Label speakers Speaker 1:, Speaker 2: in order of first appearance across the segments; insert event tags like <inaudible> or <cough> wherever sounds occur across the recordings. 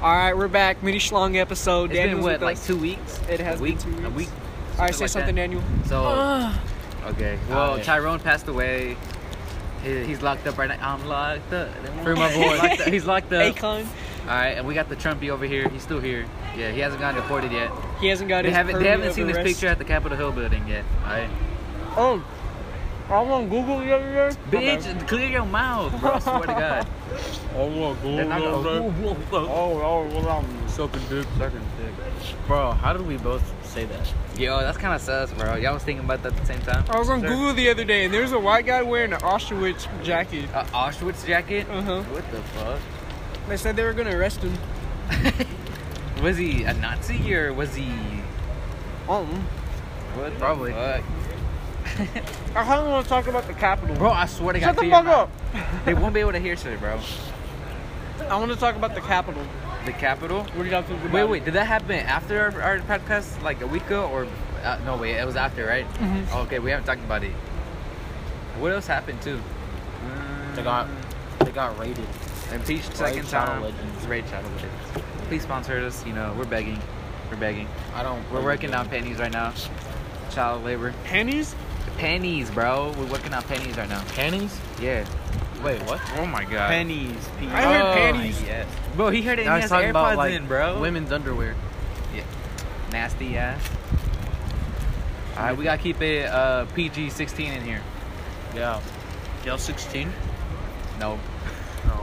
Speaker 1: right, we're back. Mini Schlong episode.
Speaker 2: It's
Speaker 1: Daniel's
Speaker 2: been what,
Speaker 1: with
Speaker 2: like
Speaker 1: us.
Speaker 2: two weeks?
Speaker 1: It has
Speaker 2: a week,
Speaker 1: been two
Speaker 2: a
Speaker 1: weeks. Oh.
Speaker 2: week.
Speaker 1: All right, say
Speaker 2: like
Speaker 1: something,
Speaker 2: that.
Speaker 1: Daniel.
Speaker 2: So,
Speaker 3: Okay.
Speaker 2: well,
Speaker 3: uh,
Speaker 2: Tyrone passed away. He- He's locked up right now. I'm locked up.
Speaker 3: Free my boy.
Speaker 2: Locked up. <laughs> He's locked up.
Speaker 1: Akon.
Speaker 2: All right, and we got the Trumpy over here. He's still here. Yeah, he hasn't gotten deported yet.
Speaker 1: He hasn't got
Speaker 2: They
Speaker 1: his.
Speaker 2: haven't, they
Speaker 1: permit
Speaker 2: haven't
Speaker 1: of
Speaker 2: seen this
Speaker 1: arrest.
Speaker 2: picture at the Capitol Hill building yet. All right.
Speaker 1: Um, I was on Google the other day.
Speaker 2: Bitch, clear your mouth, bro. I swear
Speaker 1: <laughs>
Speaker 2: to God.
Speaker 3: Oh, look,
Speaker 2: They're not gonna-
Speaker 3: oh, Sucking dick. Sucking dick. Bro, how did we both say that?
Speaker 2: Yo, that's kind of sus, bro. Y'all was thinking about that at the same time.
Speaker 1: I was on
Speaker 3: Sir.
Speaker 1: Google the other day, and there was a white guy wearing an Auschwitz jacket.
Speaker 2: Uh, Auschwitz jacket?
Speaker 1: Uh huh.
Speaker 2: What the fuck?
Speaker 1: They said they were gonna arrest him.
Speaker 2: Was he a Nazi or was he. Oh.
Speaker 1: Um,
Speaker 2: What the
Speaker 3: Probably.
Speaker 2: fuck?
Speaker 1: I kind of want to talk about the Capitol.
Speaker 2: Bro, I swear to God.
Speaker 1: Shut the
Speaker 2: clear your
Speaker 1: fuck up.
Speaker 2: mouth. They won't be able to hear shit, bro.
Speaker 1: I want to talk about the Capitol.
Speaker 2: The Capitol?
Speaker 1: What do y'all think about
Speaker 2: Wait,
Speaker 1: it?
Speaker 2: wait, did that happen after our, our podcast, like a week ago, or uh, no? Wait, it was after, right?
Speaker 1: Mm-hmm.
Speaker 2: Oh, Okay, we haven't talked about it. What else happened too?
Speaker 3: They got, they got raided.
Speaker 2: impeached second
Speaker 3: Shadow
Speaker 2: time.
Speaker 3: Legends.
Speaker 2: Raid Shadow Legends. Please sponsor us. You know, we're begging, we're begging.
Speaker 3: I don't.
Speaker 2: We're working on pennies right now. Child labor.
Speaker 1: Pennies?
Speaker 2: Pennies, bro. We're working on pennies right now.
Speaker 3: panties.
Speaker 2: Yeah.
Speaker 3: Wait, what?
Speaker 2: Oh my god.
Speaker 3: Pennies. P-
Speaker 1: I heard
Speaker 2: Oh,
Speaker 1: panties.
Speaker 2: bro, he heard it. And
Speaker 3: I was
Speaker 2: he has
Speaker 3: talking
Speaker 2: AirPods
Speaker 3: about like
Speaker 2: in, bro.
Speaker 3: women's underwear.
Speaker 2: Nasty ass. All right, we gotta keep it uh, PG-16 in here.
Speaker 3: Yeah. Y'all 16?
Speaker 2: No,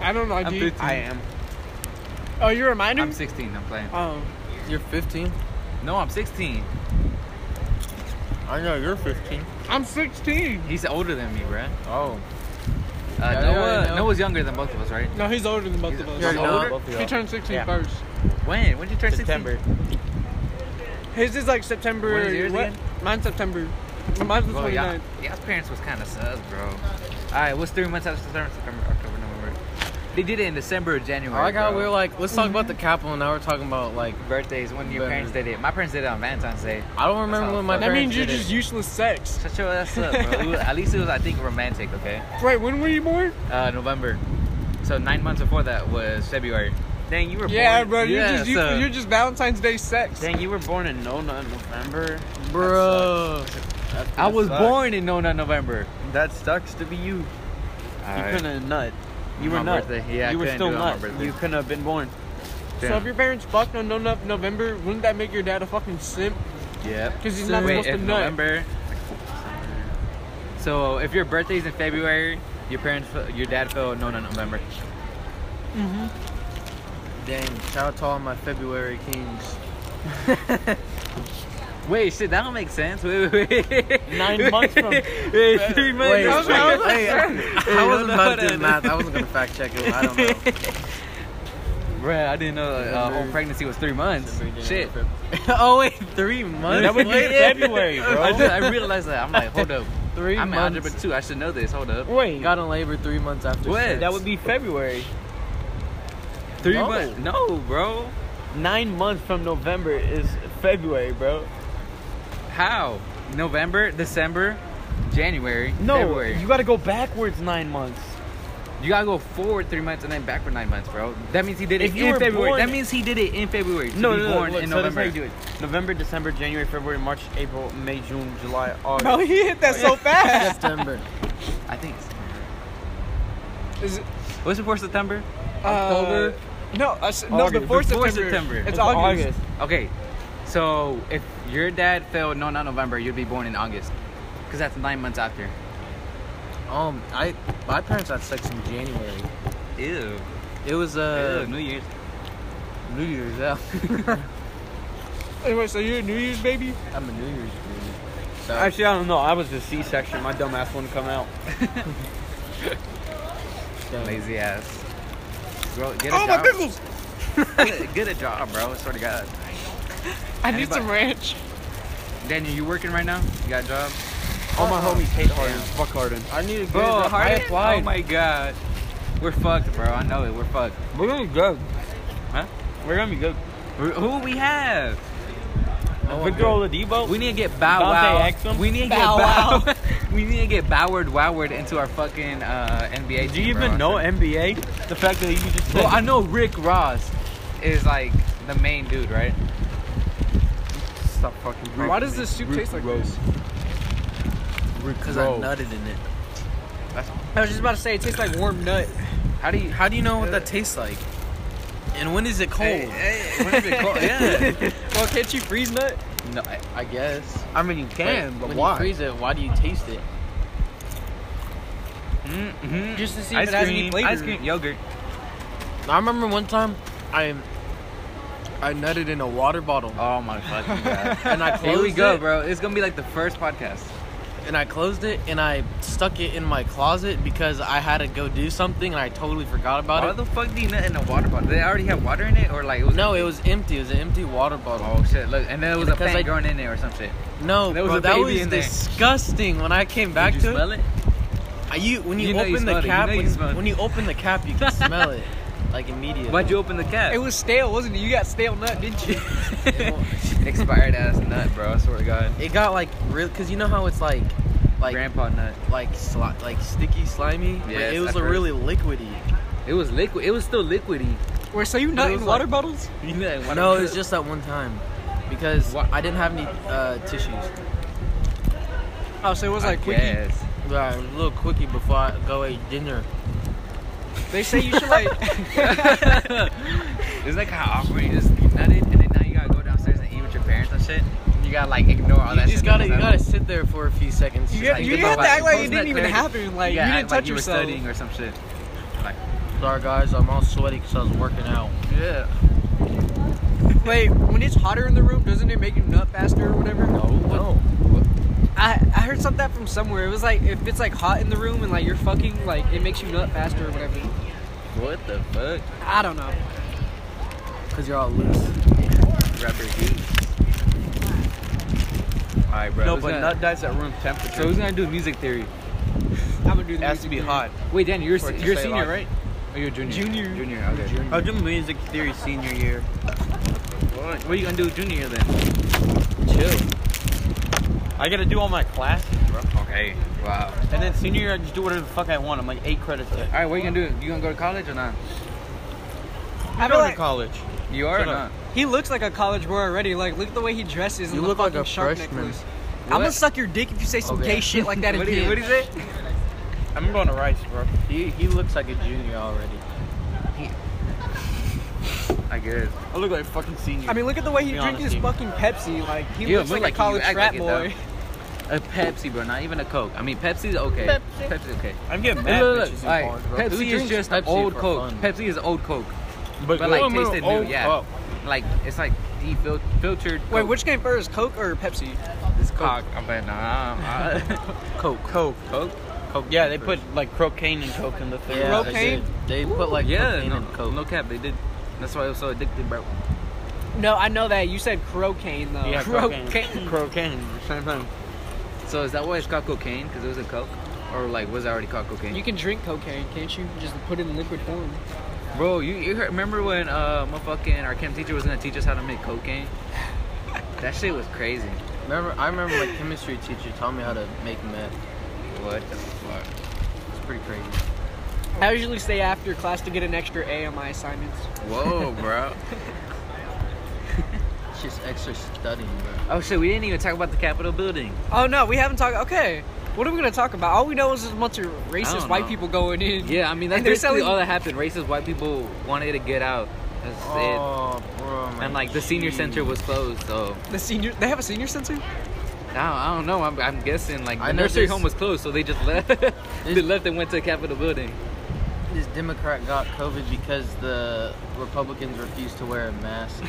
Speaker 1: I don't know,
Speaker 2: I'm
Speaker 1: dude.
Speaker 2: fifteen. I am.
Speaker 1: Oh, you're a minor?
Speaker 2: I'm 16. I'm playing.
Speaker 1: Oh,
Speaker 3: You're 15?
Speaker 2: No, I'm 16.
Speaker 3: I know you're 15.
Speaker 1: I'm 16.
Speaker 2: He's older than me, bruh.
Speaker 3: Oh.
Speaker 2: Uh,
Speaker 3: yeah,
Speaker 2: Noah,
Speaker 3: I know.
Speaker 2: Noah's younger than both of us, right?
Speaker 1: No, he's older than both
Speaker 2: He's-
Speaker 1: of
Speaker 2: you're
Speaker 1: us.
Speaker 2: not. older?
Speaker 1: He turned 16
Speaker 3: Yeah.
Speaker 1: first.
Speaker 2: When? When did you turn 16?
Speaker 3: September.
Speaker 1: His is like September.
Speaker 2: What is yours
Speaker 1: what?
Speaker 2: again?
Speaker 1: Mine's September. Mine's the
Speaker 2: Well,
Speaker 1: 29th.
Speaker 2: yeah, Oh, y'all's parents was kind of sus, bro. All right, what's three months after September, October, November? November? They did it in December or January.
Speaker 3: I like how
Speaker 2: bro.
Speaker 3: we were like, let's talk about the Capitol, and now we're talking about like,
Speaker 2: birthdays when your
Speaker 3: Better.
Speaker 2: parents did it. My parents did it on Valentine's Day.
Speaker 3: I don't remember
Speaker 2: how
Speaker 3: when my
Speaker 2: it
Speaker 1: That
Speaker 3: parents
Speaker 1: means you're
Speaker 3: did
Speaker 1: just
Speaker 3: it.
Speaker 1: useless sex.
Speaker 2: Shut your
Speaker 4: <laughs>
Speaker 2: ass up, bro. It was- at least it was, I think, romantic. Okay.
Speaker 1: Wait, when were you born?
Speaker 2: Uh, November. So nine months before that was February. Dang, you were
Speaker 1: Yeah,
Speaker 2: born.
Speaker 1: bro. You're just you,
Speaker 2: so-
Speaker 1: you're just Valentine's Day sex.
Speaker 4: Dang, you were born in Nona in November.
Speaker 3: bro.
Speaker 4: That
Speaker 2: I was
Speaker 4: sucks.
Speaker 2: born in Nona November.
Speaker 4: That sucks to be you. You couldn't have nut. You
Speaker 2: My
Speaker 4: were nut.
Speaker 2: birthday. Yeah, I
Speaker 4: you were
Speaker 2: couldn't
Speaker 4: still
Speaker 2: do it on my
Speaker 4: nut.
Speaker 2: birthday.
Speaker 4: You couldn't have been born.
Speaker 1: So if your parents fucked on no- November, wouldn't that make your dad a fucking simp?
Speaker 2: Yep.
Speaker 1: 'Cause he's not
Speaker 2: Wait,
Speaker 1: supposed to
Speaker 2: if
Speaker 1: nut.
Speaker 2: November. So if your birthday's in February, your parents, your dad fell no no November.
Speaker 3: Dang, shout out to all my February kings.
Speaker 2: Wait, shit, that don't make sense. <laughs> Wait, wait, wait.
Speaker 4: Nine months
Speaker 3: <laughs>
Speaker 4: from-
Speaker 2: <laughs> Wait, three months.
Speaker 3: Wait,
Speaker 1: I was- I was-
Speaker 3: hey, I
Speaker 4: <laughs>
Speaker 2: Hey,
Speaker 3: wasn't about to
Speaker 2: hold
Speaker 3: do
Speaker 2: on.
Speaker 3: math. I wasn't gonna fact check it. I don't know.
Speaker 2: Bruh, I didn't know uh, whole pregnancy was three months. Shit.
Speaker 3: oh wait, three months.
Speaker 4: That would be
Speaker 3: Wait.
Speaker 4: February, bro.
Speaker 2: I, just, I realized that. I'm like, hold
Speaker 4: <laughs>
Speaker 2: up.
Speaker 3: Three
Speaker 2: I'm in algebra
Speaker 3: months.
Speaker 2: two. I should know this. Hold up.
Speaker 4: Wait,
Speaker 3: Got in labor three months after.
Speaker 2: What?
Speaker 3: sex.
Speaker 4: that would be February.
Speaker 2: Three
Speaker 3: No.
Speaker 2: months? No, bro.
Speaker 4: Nine months from November is February, bro.
Speaker 2: How? November, December, January,
Speaker 4: No,
Speaker 2: February.
Speaker 4: you got to go backwards nine months.
Speaker 2: You gotta go forward three months and then backward nine months, bro. That means he did it
Speaker 4: If you
Speaker 2: in
Speaker 4: were
Speaker 2: February.
Speaker 4: born-
Speaker 2: that means he did it in February. To
Speaker 4: no,
Speaker 2: be
Speaker 4: no, no.
Speaker 2: born
Speaker 4: look,
Speaker 2: in
Speaker 4: so that's how
Speaker 2: November.
Speaker 4: you do it. November, December, January, February, March, April, May, June, July,
Speaker 1: <laughs>
Speaker 4: August.
Speaker 1: Bro, he hit that
Speaker 4: <laughs>
Speaker 1: so fast.
Speaker 3: September.
Speaker 2: I think. It's,
Speaker 1: Is it,
Speaker 2: what's before September?
Speaker 1: uh,
Speaker 2: October?
Speaker 1: No, uh, s- no,
Speaker 4: August.
Speaker 1: before,
Speaker 2: Before
Speaker 1: September.
Speaker 2: September.
Speaker 1: It's,
Speaker 4: It's
Speaker 1: August.
Speaker 4: August.
Speaker 2: Okay, so if your dad failed, no, not November, you'd be born in August, because that's nine months after.
Speaker 3: Um, I my parents had sex in January.
Speaker 2: Ew.
Speaker 3: It was uh
Speaker 2: New Year's.
Speaker 3: New Year's. Yeah,
Speaker 1: Anyway, so you're a New Year's baby?
Speaker 3: I'm a New Year's baby. So
Speaker 4: Actually, I don't know. I was a C-section. My dumb ass wouldn't come out.
Speaker 2: Lazy ass. Bro, get a
Speaker 1: Oh, my
Speaker 2: job.
Speaker 1: pickles!
Speaker 2: <laughs> Get- get a job, bro. Swear to God.
Speaker 1: I need
Speaker 2: Anybody-
Speaker 1: some ranch.
Speaker 2: Daniel, you working right now? You got a job?
Speaker 4: All my homies hate Harden. Fuck Harden.
Speaker 3: I need to get
Speaker 2: Bro,
Speaker 3: it.
Speaker 2: Harden?
Speaker 3: I applied.
Speaker 2: Oh my God. We're fucked, bro. I know it. We're fucked.
Speaker 4: We're gonna be good.
Speaker 2: Huh?
Speaker 4: We're gonna be good.
Speaker 2: Who- Who we have?
Speaker 3: Oh,
Speaker 4: Victor Oladipo.
Speaker 2: We need to get Bow
Speaker 4: Dante
Speaker 2: Wow.
Speaker 4: Exum?
Speaker 2: We need to get
Speaker 4: Bow
Speaker 2: Bow. <laughs> we need to get Boward Woward into our fucking uh, NBA.
Speaker 4: Do you
Speaker 2: team, bro.
Speaker 4: even know NBA? The fact that you just said
Speaker 2: Well, I know Rick Ross is like the main dude, right?
Speaker 5: Stop fucking.
Speaker 1: Why does this soup taste like this?
Speaker 4: Because
Speaker 2: nutted in it.
Speaker 1: I was just about to say it tastes like warm nut.
Speaker 2: How do you?
Speaker 4: How do you know what that tastes like? And when is it cold?
Speaker 2: Hey, hey, when is it <laughs> cold? Yeah.
Speaker 1: Well, can't you freeze nut?
Speaker 4: No, I, I guess.
Speaker 5: I mean, you can, but,
Speaker 4: when
Speaker 5: why?
Speaker 4: you freeze it, why do you taste it?
Speaker 2: Mm-hmm.
Speaker 1: Just to see
Speaker 2: Ice
Speaker 1: if it has any
Speaker 2: cream,
Speaker 1: flavor.
Speaker 2: ice
Speaker 1: <laughs>
Speaker 2: cream, yogurt.
Speaker 4: I remember one time, I, I nutted in a water bottle,
Speaker 2: Oh my fucking god.
Speaker 4: <laughs> and I closed
Speaker 2: Here we go,
Speaker 4: it,
Speaker 2: bro. It's gonna be like the first podcast.
Speaker 4: and I closed it, and I stuck it in my closet because I had to go do something, and I totally forgot about
Speaker 2: Why
Speaker 4: it.
Speaker 2: the fuck do you nut in a water bottle? They already had water in it, or like it was
Speaker 4: no, it was empty. It was an empty water bottle.
Speaker 2: Oh shit! Look, and then it was a
Speaker 4: Because
Speaker 2: fan
Speaker 4: I-
Speaker 2: growing in there or some shit.
Speaker 4: No,
Speaker 2: There was
Speaker 4: bro,
Speaker 2: a
Speaker 4: that
Speaker 2: baby
Speaker 4: was
Speaker 2: in there.
Speaker 4: disgusting. When I came back
Speaker 2: Did
Speaker 4: to
Speaker 2: you smell
Speaker 4: it,
Speaker 2: it?
Speaker 4: I- you when you,
Speaker 2: You know
Speaker 4: open
Speaker 2: you
Speaker 4: the
Speaker 2: smelled it. You
Speaker 4: cap,
Speaker 2: know you
Speaker 4: when,
Speaker 2: smelled it.
Speaker 4: when you open the cap, you can smell it, like immediately.
Speaker 2: Why'd you open the cap?
Speaker 1: It was stale, wasn't it? You got stale nut, didn't <laughs> you?
Speaker 2: <laughs> Expired ass nut, bro. I swear to God.
Speaker 4: It got like real, cause you know how it's like, like
Speaker 2: Grandpa nut.
Speaker 4: like sli- like sticky, slimy. but
Speaker 2: Yes,
Speaker 4: it was
Speaker 2: I've
Speaker 4: a
Speaker 2: heard.
Speaker 4: really liquidy.
Speaker 2: It was liquid. It was still liquidy.
Speaker 1: Where so you nut
Speaker 4: was
Speaker 1: in
Speaker 4: like-
Speaker 1: water bottles?
Speaker 2: You know, when
Speaker 4: No, it was just that one time, because
Speaker 2: What?
Speaker 4: I didn't have any uh, tissues.
Speaker 1: Oh, so it was
Speaker 2: I
Speaker 1: like quickie.
Speaker 2: guess.
Speaker 4: Yeah, it was a little quickie before I go eat dinner.
Speaker 1: They say you should <laughs> like.
Speaker 2: It's like how awkward you just you nutted and then now you gotta go downstairs and eat with your parents and shit. And you gotta like ignore all
Speaker 4: you
Speaker 2: Oh, that.
Speaker 4: just
Speaker 2: shit
Speaker 4: gotta you
Speaker 2: because I
Speaker 4: gotta
Speaker 2: don't-
Speaker 4: sit there for a few seconds.
Speaker 1: you
Speaker 4: just,
Speaker 1: you didn't
Speaker 2: like, goodbye,
Speaker 1: have to act like it
Speaker 2: post
Speaker 1: didn't
Speaker 2: nut
Speaker 1: even
Speaker 2: clarity.
Speaker 1: happen. Like you,
Speaker 2: gotta
Speaker 1: didn't
Speaker 2: act like
Speaker 1: touch
Speaker 2: you were
Speaker 1: yourself.
Speaker 2: studying or some shit.
Speaker 4: Sorry guys, I'm all sweaty because I was working out.
Speaker 2: Yeah.
Speaker 1: Wait, when it's hotter in the room, doesn't it make you nut faster or whatever?
Speaker 2: No.
Speaker 4: No.
Speaker 1: I, I heard some that from somewhere. It was like if it's like hot in the room and like you're fucking, like it makes you nut faster or whatever.
Speaker 2: What the fuck?
Speaker 1: I don't know.
Speaker 4: Cause you're all loose.
Speaker 2: Rubber dude. Alright, bro.
Speaker 5: no,
Speaker 2: who's
Speaker 5: but
Speaker 2: gonna-
Speaker 5: nut dies at room temperature.
Speaker 2: So who's gonna do music theory?
Speaker 1: I'm gonna do
Speaker 5: it
Speaker 1: the
Speaker 5: has to
Speaker 1: music
Speaker 5: be
Speaker 1: thing.
Speaker 5: hot.
Speaker 2: Wait, Dan, you're
Speaker 5: For it to
Speaker 2: you're
Speaker 5: stay
Speaker 2: senior,
Speaker 5: alive.
Speaker 2: right? Or you're junior?
Speaker 1: Junior.
Speaker 2: Junior. Okay.
Speaker 5: I'll do music theory senior year.
Speaker 2: What what are you gonna do junior year then?
Speaker 5: Chill. I gotta do all my classes, bro.
Speaker 2: Okay. Wow.
Speaker 5: And then senior year, I just do whatever the fuck I want. I'm like eight credits. in.
Speaker 2: All right, what are you gonna do? You gonna go to college or not?
Speaker 1: I
Speaker 5: I'm
Speaker 1: feel
Speaker 5: going to
Speaker 1: like
Speaker 5: college.
Speaker 2: You are or
Speaker 5: Shut
Speaker 2: not?
Speaker 5: up.
Speaker 1: he looks like a college boy already. Like look at the way he dresses. And
Speaker 4: You
Speaker 1: the
Speaker 4: look like
Speaker 1: fucking
Speaker 4: a
Speaker 1: shark
Speaker 4: freshman.
Speaker 1: necklace. I'm gonna suck your dick if you say some
Speaker 4: Okay.
Speaker 1: gay shit
Speaker 2: <laughs>
Speaker 1: like that
Speaker 2: What
Speaker 1: again.
Speaker 2: is, what is it?
Speaker 5: I'm going to Rice, bro.
Speaker 4: He he looks like a junior already.
Speaker 2: I guess.
Speaker 5: I look like a fucking senior.
Speaker 1: I mean, look at the way he's
Speaker 5: Be
Speaker 1: drinking his
Speaker 5: honest, dude.
Speaker 1: fucking Pepsi. Like he
Speaker 2: You
Speaker 1: looks
Speaker 2: look
Speaker 1: like, a
Speaker 2: like you
Speaker 1: college
Speaker 2: act
Speaker 1: frat
Speaker 2: like it, though.
Speaker 1: boy. <laughs>
Speaker 2: A Pepsi, bro. Not even a Coke. I mean, Pepsi's okay. Pepsi. Pepsi's okay.
Speaker 5: I'm getting
Speaker 2: Look,
Speaker 5: mad
Speaker 2: look,
Speaker 5: bitches
Speaker 2: look.
Speaker 5: in
Speaker 2: All right.
Speaker 5: college, bro.
Speaker 4: Who
Speaker 2: Pepsi is
Speaker 4: drinks
Speaker 2: just
Speaker 4: Pepsi
Speaker 2: old
Speaker 4: for
Speaker 2: Coke.
Speaker 4: fun?
Speaker 2: Pepsi is old Coke,
Speaker 5: But,
Speaker 2: but like
Speaker 5: I'm gonna-
Speaker 2: tasted
Speaker 5: oh,
Speaker 2: new. Yeah.
Speaker 5: fuck.
Speaker 2: Like it's like defil- filtered. Coke.
Speaker 1: Wait, which came first, Coke or Pepsi?
Speaker 2: This cock. I'm like, nah. uh,
Speaker 5: Coke. Coke.
Speaker 2: <laughs> Coke.
Speaker 5: Coke. Yeah, they put like cocaine and coke in the thing.
Speaker 4: Yeah, they
Speaker 1: Propane?
Speaker 4: did. They, put like
Speaker 2: Yeah.
Speaker 4: propane
Speaker 2: No,
Speaker 4: in Coke.
Speaker 2: no cap. They did. That's why it was so addictive, bro.
Speaker 1: No, I know that. You said crocaine though. <laughs>
Speaker 5: Yeah,
Speaker 2: Cocaine.
Speaker 5: cocaine. Cocaine. Same thing.
Speaker 2: So is that why it's called cocaine? Because it was a Coke, or like was it already called cocaine?
Speaker 1: You can drink cocaine, can't you? Just put it in liquid form.
Speaker 2: Bro, you, you heard, remember when uh, my fucking our chem teacher was gonna teach us how to make cocaine? that shit was crazy.
Speaker 4: Remember, I remember my chemistry teacher taught me how to make meth.
Speaker 2: What the fuck?
Speaker 4: It's pretty crazy.
Speaker 1: I usually stay after class to get an extra A on my assignments.
Speaker 4: <laughs>
Speaker 2: Whoa, bro.
Speaker 4: It's just extra studying, bro.
Speaker 2: oh shit, we didn't even talk about the Capitol building.
Speaker 1: Oh no, we haven't talked. Okay, what are we gonna talk about? All we know is there's a bunch of
Speaker 2: I
Speaker 1: racist
Speaker 2: don't
Speaker 1: white
Speaker 2: know.
Speaker 1: people going in.
Speaker 2: Yeah, I mean
Speaker 1: that's
Speaker 2: that's
Speaker 1: And they're
Speaker 2: basically
Speaker 1: basically selling- all
Speaker 2: all that happened. Racist white people wanted to get out. That's
Speaker 4: it. bro.
Speaker 2: it.
Speaker 4: my
Speaker 2: And like the senior
Speaker 4: jeez.
Speaker 2: center was closed, so
Speaker 1: The senior, they have a senior center.
Speaker 2: I don't, I don't know. I'm, I'm guessing like
Speaker 4: I
Speaker 2: the
Speaker 4: know
Speaker 2: nursery
Speaker 4: this-
Speaker 2: home was closed, so they just <laughs> left. they left and went to the Capitol building.
Speaker 4: This Democrat got COVID because the Republicans refused to wear a mask.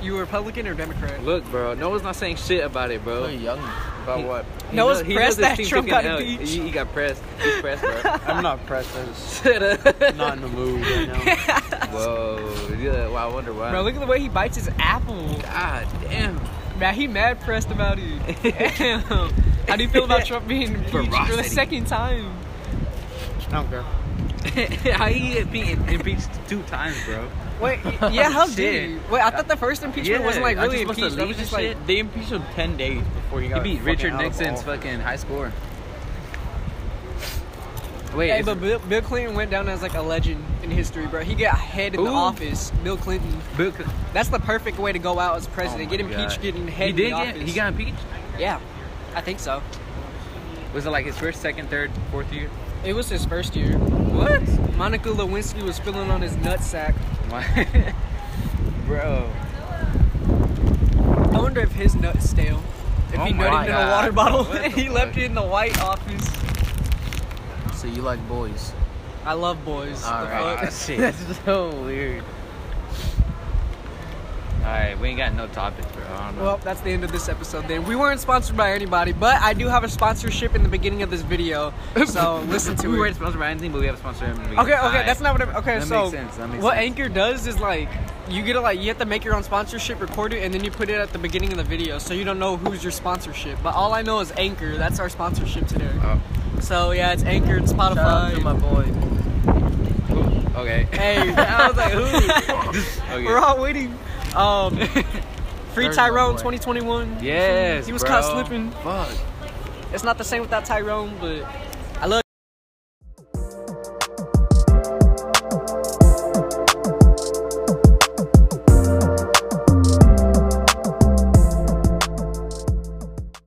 Speaker 1: You a Republican or Democrat?
Speaker 2: Look, bro, no one's not saying shit about it, bro.
Speaker 4: They're young.
Speaker 5: About what?
Speaker 2: He
Speaker 1: No one's
Speaker 2: knows- he
Speaker 1: pressed that
Speaker 2: knows his team
Speaker 1: Trump
Speaker 2: took
Speaker 1: got
Speaker 2: an L.
Speaker 1: impeached.
Speaker 2: He, he got pressed. <laughs> He's pressed, bro.
Speaker 5: I'm not pressed. I'm just
Speaker 2: Shut up.
Speaker 5: not in the mood right now. <laughs>
Speaker 2: Whoa. Yeah, well, I wonder why.
Speaker 1: Bro, look at the way he bites his apple.
Speaker 2: God damn.
Speaker 1: Man, he mad pressed about it. <laughs> Damn. How do you feel about Trump being impeached for the
Speaker 2: Ferocity.
Speaker 1: second time?
Speaker 5: I don't
Speaker 2: <laughs>
Speaker 5: care.
Speaker 2: How you get be- impeached two times, bro?
Speaker 1: Wait, <laughs> yeah, how
Speaker 2: Shit.
Speaker 1: did? He? Wait, I thought the first impeachment
Speaker 2: Yeah,
Speaker 1: wasn't like
Speaker 2: I
Speaker 1: really
Speaker 2: just must
Speaker 1: impeached.
Speaker 2: have
Speaker 1: That was
Speaker 2: leaked
Speaker 1: just
Speaker 2: and
Speaker 1: like
Speaker 2: shit.
Speaker 5: They impeached him ten days before he
Speaker 2: He
Speaker 5: got.
Speaker 2: beat
Speaker 5: fucking
Speaker 2: Richard
Speaker 5: out of
Speaker 2: Nixon's
Speaker 5: office.
Speaker 2: fucking high score. Wait,
Speaker 1: Hey,
Speaker 2: is-
Speaker 1: but Bill, Bill Clinton went down as like a legend in history, bro. He got head in the
Speaker 2: Who?
Speaker 1: office. Bill Clinton.
Speaker 2: Bill Cl-
Speaker 1: That's the perfect way to go out as president.
Speaker 2: Oh
Speaker 1: get
Speaker 2: my
Speaker 1: impeached,
Speaker 2: God.
Speaker 1: getting head
Speaker 2: He
Speaker 1: in
Speaker 2: did
Speaker 1: the
Speaker 2: get.
Speaker 1: office.
Speaker 2: He got impeached.
Speaker 1: Yeah, I think so.
Speaker 2: Was it like his first, second, third, fourth year?
Speaker 1: It was his first year.
Speaker 2: What?
Speaker 1: Monica Lewinsky was filling on his nutsack. <laughs>
Speaker 2: My- Bro.
Speaker 1: I wonder if his nut's stale. If
Speaker 2: Oh
Speaker 1: he
Speaker 2: my
Speaker 1: nutted in a
Speaker 2: God.
Speaker 1: water bottle
Speaker 2: What
Speaker 1: <laughs> and
Speaker 2: the
Speaker 1: he left
Speaker 2: fuck?
Speaker 1: it in the White Office.
Speaker 4: So you like boys?
Speaker 1: I love boys.
Speaker 4: All
Speaker 1: The
Speaker 4: right.
Speaker 1: fuck?
Speaker 2: shit.
Speaker 4: That's so weird.
Speaker 2: All right, we ain't got no topics, bro. I don't
Speaker 1: <laughs>
Speaker 2: know.
Speaker 1: Well, that's the end of this episode then. We weren't sponsored by anybody, but I do have a sponsorship in the beginning of this
Speaker 2: <laughs>
Speaker 1: video. So listen to
Speaker 2: we
Speaker 1: it.
Speaker 2: weren't sponsored by anything, but we have a sponsor. in the beginning.
Speaker 1: Okay, okay,
Speaker 2: All right.
Speaker 1: that's not what I'm. Okay,
Speaker 2: That
Speaker 1: so
Speaker 2: makes sense, that makes
Speaker 1: what
Speaker 2: sense.
Speaker 1: Anchor does is like you get to like you have to make your own sponsorship, record it, and then you put it at the beginning of the video, so you don't know who's your sponsorship. But all I know is Anchor. That's our sponsorship today.
Speaker 2: Oh.
Speaker 1: So yeah, it's Anchor, it's Spotify.
Speaker 4: Shout out to my boy.
Speaker 2: Ooh, Okay.
Speaker 1: hey, <laughs> I was like, who? <laughs>
Speaker 2: <laughs> okay.
Speaker 1: We're all waiting. <laughs> Um, free
Speaker 4: There's my
Speaker 1: Tyrone
Speaker 4: boy.
Speaker 1: 2021.
Speaker 2: Yes.
Speaker 1: He was
Speaker 2: bro.
Speaker 1: caught slipping.
Speaker 4: Fuck.
Speaker 1: It's not the same without Tyrone, but